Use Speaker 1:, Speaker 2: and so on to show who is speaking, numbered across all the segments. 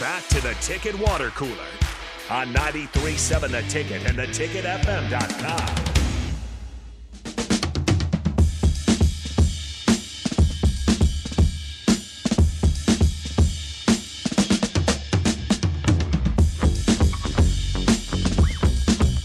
Speaker 1: Back to the Ticket Water Cooler on 93.7 The Ticket and theticketfm.com.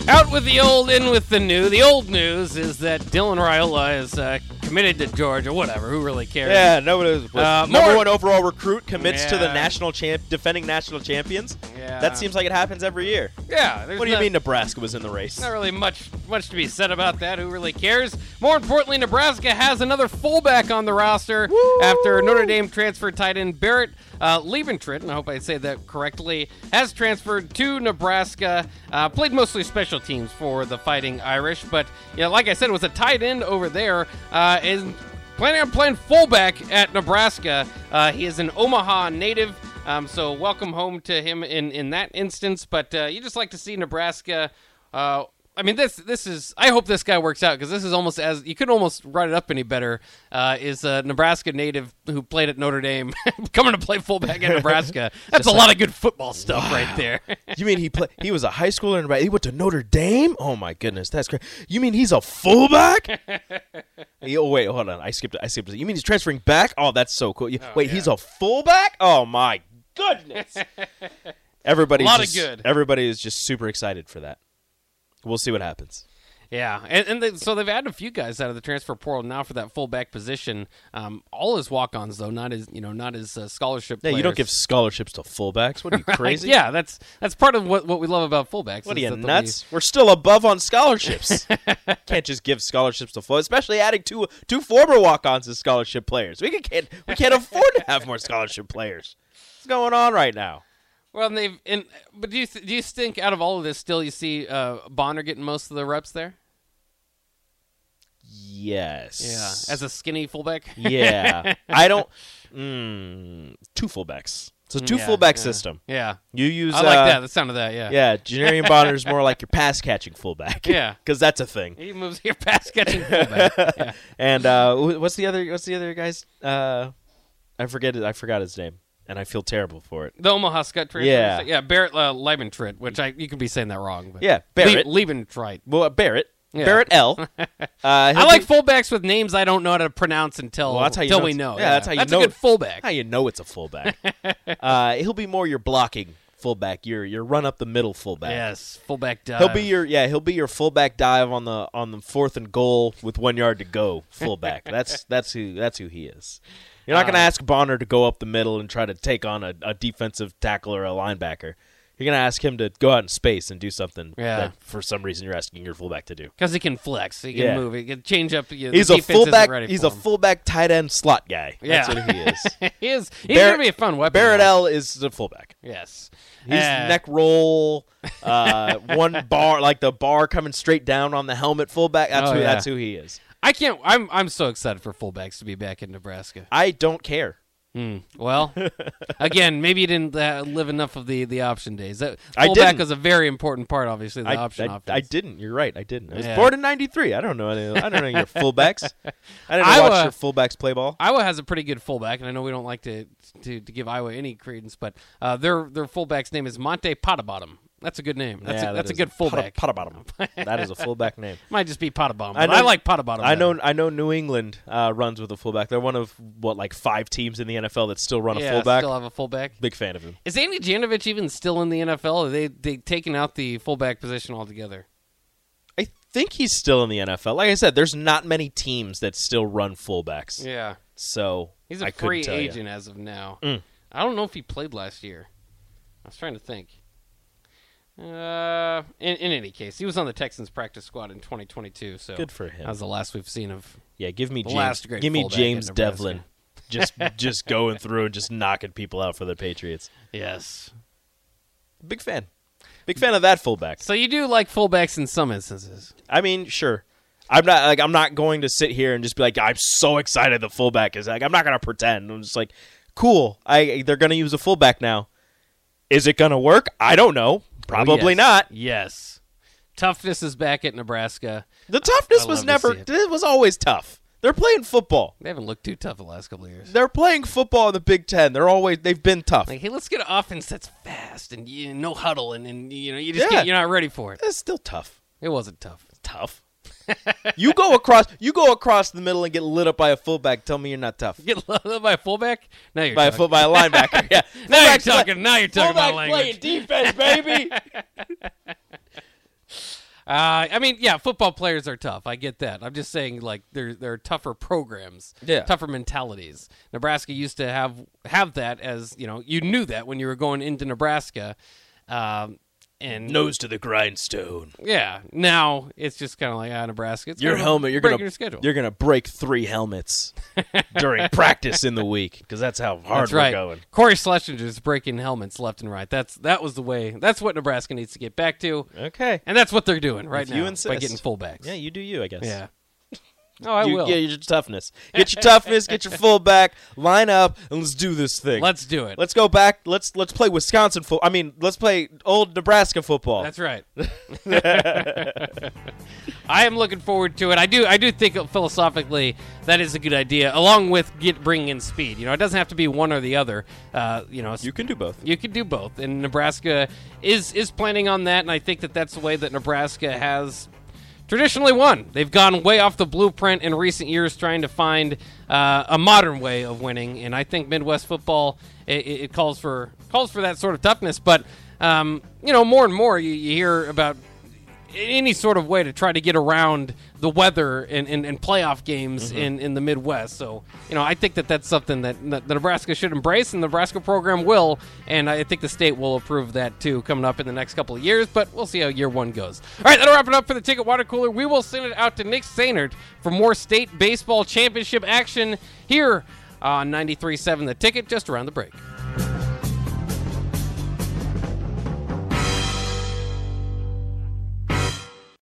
Speaker 2: Out with the old, in with the new. The old news is that Dylan Raiola is uh, committed to Georgia. Whatever, who really cares?
Speaker 3: Yeah, nobody was.
Speaker 2: Uh,
Speaker 3: number
Speaker 2: more-
Speaker 3: one overall recruit commits to the
Speaker 2: Yeah.
Speaker 3: national champ, defending national champions.
Speaker 2: Yeah.
Speaker 3: That seems like it happens every year.
Speaker 2: yeah. there's
Speaker 3: What do you
Speaker 2: not-
Speaker 3: mean Nebraska was in the race?
Speaker 2: Not really much much to be said about that. Who really cares? More importantly, Nebraska has another fullback on the roster after Notre Dame transfer tight end Barrett uh, Leventritt, and I hope I say that correctly, has transferred to Nebraska. Uh, played mostly special teams for the Fighting Irish, but you know, like I said, was a tight end over there. Uh, and planning on playing fullback at Nebraska. Uh, he is an Omaha native, um, so welcome home to him in, in that instance. But uh, you just like to see Nebraska. Uh, I mean, this this is. I hope this guy works out because this is almost as you could almost write it up any better. Uh, is a Nebraska native who played at Notre Dame coming to play fullback at Nebraska? That's a lot of good football stuff right there.
Speaker 3: you mean he play, He was a high schooler and he went to Notre Dame. Oh my goodness, that's crazy. You mean he's a fullback? Hey, oh wait, hold on. I skipped. I skipped. You mean he's transferring back? Oh, that's so cool. You- wait, he's a fullback? Oh my goodness. Everybody's
Speaker 2: Lot of
Speaker 3: just-
Speaker 2: good.
Speaker 3: Everybody is just super excited for that. We'll see what happens.
Speaker 2: Yeah, and, and they, so they've added a few guys out of the transfer portal now for that fullback position. Um, all his walk-ons though, not his you know not his uh, scholarship.
Speaker 3: Yeah, you don't give
Speaker 2: players.
Speaker 3: scholarships to fullbacks. What are you crazy?
Speaker 2: Like, yeah, that's that's part of what, what we love about fullbacks.
Speaker 3: What are
Speaker 2: is
Speaker 3: you
Speaker 2: that they'll be-
Speaker 3: nuts? We're still above on scholarships. can't just give scholarships to full, especially adding two two former walk-ons as scholarship players. We can- can't we can't afford to have more scholarship players. What's going on right now?
Speaker 2: Well, and they've and but do you th- do you think out of all of this, still you see uh, Bonner getting most of the reps there?
Speaker 3: Yes.
Speaker 2: Yeah, as a skinny fullback.
Speaker 3: yeah. I don't. Mm, two fullbacks. It's a two
Speaker 2: Yeah,
Speaker 3: fullback
Speaker 2: yeah.
Speaker 3: system.
Speaker 2: Yeah,
Speaker 3: You use.
Speaker 2: I like
Speaker 3: uh,
Speaker 2: that. The sound of that. Yeah.
Speaker 3: Yeah, Janarian Bonner is more like your pass catching fullback.
Speaker 2: Yeah.
Speaker 3: because that's a thing.
Speaker 2: He moves here past catching fullback. Yeah.
Speaker 3: And uh, wh- what's the other? What's the other guy's? Uh, I forget it. I forgot his name, and I feel terrible for it.
Speaker 2: The Omaha Scott transfer.
Speaker 3: Yeah.
Speaker 2: yeah. Barrett uh, Leibentritt, which I you could be saying that wrong. But
Speaker 3: Yeah, Barrett.
Speaker 2: Le- Leibentritt.
Speaker 3: Well, uh, Barrett.
Speaker 2: Yeah.
Speaker 3: Barrett L. Uh,
Speaker 2: I like fullbacks with names I don't know how to pronounce until
Speaker 3: Well, that's how you
Speaker 2: until
Speaker 3: know
Speaker 2: we
Speaker 3: it's-
Speaker 2: know.
Speaker 3: yeah, that's how you
Speaker 2: that's
Speaker 3: know
Speaker 2: a good
Speaker 3: it.
Speaker 2: fullback.
Speaker 3: how you know it's a fullback. uh, he'll be more your blocking fullback. Your your run up the middle fullback.
Speaker 2: Yes, fullback dive.
Speaker 3: He'll be your yeah. He'll be your fullback dive on the on the fourth and goal with one yard to go. Fullback. that's that's who that's who he is. You're not going to
Speaker 2: Um,
Speaker 3: ask Bonner to go up the middle and try to take on a, a defensive tackle or a linebacker. You're going to ask him to go out in space and do something
Speaker 2: Yeah.
Speaker 3: that for some reason you're asking your fullback to do.
Speaker 2: because he can flex, he can
Speaker 3: Yeah.
Speaker 2: move, he can change up. You know,
Speaker 3: He's
Speaker 2: the
Speaker 3: a
Speaker 2: defense isn't
Speaker 3: fullback.
Speaker 2: ready
Speaker 3: He's
Speaker 2: for
Speaker 3: a
Speaker 2: him.
Speaker 3: fullback tight end slot guy. That's
Speaker 2: Yeah.
Speaker 3: what he is.
Speaker 2: he is. He's
Speaker 3: Barrett-
Speaker 2: gonna be a fun weapon.
Speaker 3: Barrett
Speaker 2: though.
Speaker 3: L is the fullback.
Speaker 2: Yes,
Speaker 3: He's
Speaker 2: Uh,
Speaker 3: neck roll, uh, one bar like the bar coming straight down on the helmet fullback. That's
Speaker 2: Oh,
Speaker 3: who.
Speaker 2: yeah.
Speaker 3: That's who he is.
Speaker 2: I can't. I'm I'm so excited for fullbacks to be back in Nebraska. Hmm.
Speaker 3: I don't care.
Speaker 2: Well, again, maybe you didn't uh, live enough of the the option days. That
Speaker 3: I
Speaker 2: fullback
Speaker 3: didn't.
Speaker 2: was a very important part, obviously, of the
Speaker 3: I,
Speaker 2: option
Speaker 3: I,
Speaker 2: offense.
Speaker 3: I didn't. You're right. I didn't. I was
Speaker 2: Yeah.
Speaker 3: born in '93. I don't know any. I don't know your fullbacks. I didn't
Speaker 2: Iowa-
Speaker 3: watch your fullbacks play ball.
Speaker 2: Iowa has a pretty good fullback, and I know we don't like to to, to give Iowa any credence, but uh, their their fullback's name is Monte Potabottom. That's a good name. That's
Speaker 3: Yeah,
Speaker 2: a,
Speaker 3: that
Speaker 2: that's a
Speaker 3: is
Speaker 2: good fullback.
Speaker 3: Pot- Potabottom. that is a fullback name.
Speaker 2: Might just be Potabottom.
Speaker 3: I
Speaker 2: I,
Speaker 3: know-
Speaker 2: I like Potabottom.
Speaker 3: I know.
Speaker 2: better.
Speaker 3: I know. New England uh, runs with a fullback. They're one of what like five teams in the NFL that still run a
Speaker 2: yeah,
Speaker 3: fullback.
Speaker 2: Still have a fullback.
Speaker 3: Big fan of him.
Speaker 2: Is Andy Janovich even still in the NFL? Are they they taking out the fullback position altogether?
Speaker 3: I think he's still in the NFL. Like I said, there's not many teams that still run fullbacks.
Speaker 2: Yeah,
Speaker 3: So
Speaker 2: he's a
Speaker 3: I couldn't
Speaker 2: free
Speaker 3: tell ya. Mm.
Speaker 2: agent as of now. I don't know if he played last year. I was trying to think. Uh, in, in any case, he was on the Texans practice squad in 2022. So
Speaker 3: Good for him.
Speaker 2: That was the last we've seen of
Speaker 3: Yeah, give me
Speaker 2: The
Speaker 3: James.
Speaker 2: last great
Speaker 3: give me
Speaker 2: fullback in
Speaker 3: James
Speaker 2: Nebraska.
Speaker 3: Devlin. Just just going through and just knocking people out for the Patriots.
Speaker 2: Yes.
Speaker 3: Big fan. Big fan of that fullback.
Speaker 2: So you do like fullbacks in some instances.
Speaker 3: I mean, sure. I'm not like I'm not going to sit here and just be like I'm so excited the fullback is like I'm not going to pretend. I'm just like cool. I they're going to use a fullback now. Is it going to work? I don't know. Probably
Speaker 2: Yes.
Speaker 3: not.
Speaker 2: Yes. Toughness is back at Nebraska.
Speaker 3: The toughness
Speaker 2: I
Speaker 3: was
Speaker 2: love to
Speaker 3: never.
Speaker 2: see it.
Speaker 3: It was always tough. They're playing football.
Speaker 2: They haven't looked too tough the last couple of years.
Speaker 3: They're playing football in the Big Ten. They're always they've been tough.
Speaker 2: Like, hey, let's get an offense that's fast and you no huddle, and, and you know you just
Speaker 3: Yeah.
Speaker 2: can't, you're not ready for it.
Speaker 3: That's still tough.
Speaker 2: It wasn't tough.
Speaker 3: Tough. you go across you go across the middle and get lit up by a fullback. Tell me you're not tough.
Speaker 2: Get loved by a fullback. Now you're
Speaker 3: By a
Speaker 2: talking.
Speaker 3: full by a linebacker. Yeah.
Speaker 2: Now you're
Speaker 3: Fullback's like-
Speaker 2: talking. Now you're talking about
Speaker 3: fullback
Speaker 2: language.
Speaker 3: playing defense, baby.
Speaker 2: Uh, I mean, yeah, football players are tough. I get that. I'm just saying, like, there there are tougher programs,
Speaker 3: Yeah.
Speaker 2: tougher mentalities. Nebraska used to have have that as you know, you knew that when you were going into Nebraska, um, and
Speaker 3: Nose to the grindstone.
Speaker 2: yeah, now it's just kind of like ah, Nebraska. It's
Speaker 3: Your
Speaker 2: kind of
Speaker 3: helmet, you're
Speaker 2: breaking
Speaker 3: gonna
Speaker 2: your schedule.
Speaker 3: You're gonna break three helmets during practice in the week because that's how hard
Speaker 2: that's right.
Speaker 3: we're going.
Speaker 2: Corey Schlesinger is breaking helmets left and right. That's that was the way. That's what Nebraska needs to get back to,
Speaker 3: Okay.
Speaker 2: and that's what they're doing right
Speaker 3: If
Speaker 2: now
Speaker 3: you
Speaker 2: by
Speaker 3: insist.
Speaker 2: getting fullbacks.
Speaker 3: Yeah, you do you, I guess.
Speaker 2: yeah. Oh, I
Speaker 3: You-
Speaker 2: will.
Speaker 3: Yeah, your toughness. Get your toughness. Get your fullback. Line up and let's do this thing.
Speaker 2: Let's do it.
Speaker 3: let's go back. Let's let's play Wisconsin football. I mean, let's play old Nebraska football.
Speaker 2: That's right. I am looking forward to it. I do. I do think philosophically that is a good idea, along with get bringing in speed. You know, it doesn't have to be one or the other. Uh, you know,
Speaker 3: you can do both.
Speaker 2: you could do both, and Nebraska is is planning on that, and I think that that's the way that Nebraska has traditionally won. They've gone way off the blueprint in recent years, trying to find uh, a modern way of winning, and I think Midwest football it, it calls for calls for that sort of toughness. But um, you know, more and more you, you hear about any sort of way to try to get around the weather and, and, and playoff games in, in the Midwest. So, you know, I think that that's something that, that the Nebraska should embrace and the Nebraska program will. And I think the state will approve that too coming up in the next couple of years. But we'll see how year one goes. All right, that'll wrap it up for the Ticket Water Cooler. We will send it out to Nick Sainert for more state baseball championship action here on 93.7 The Ticket just around the break.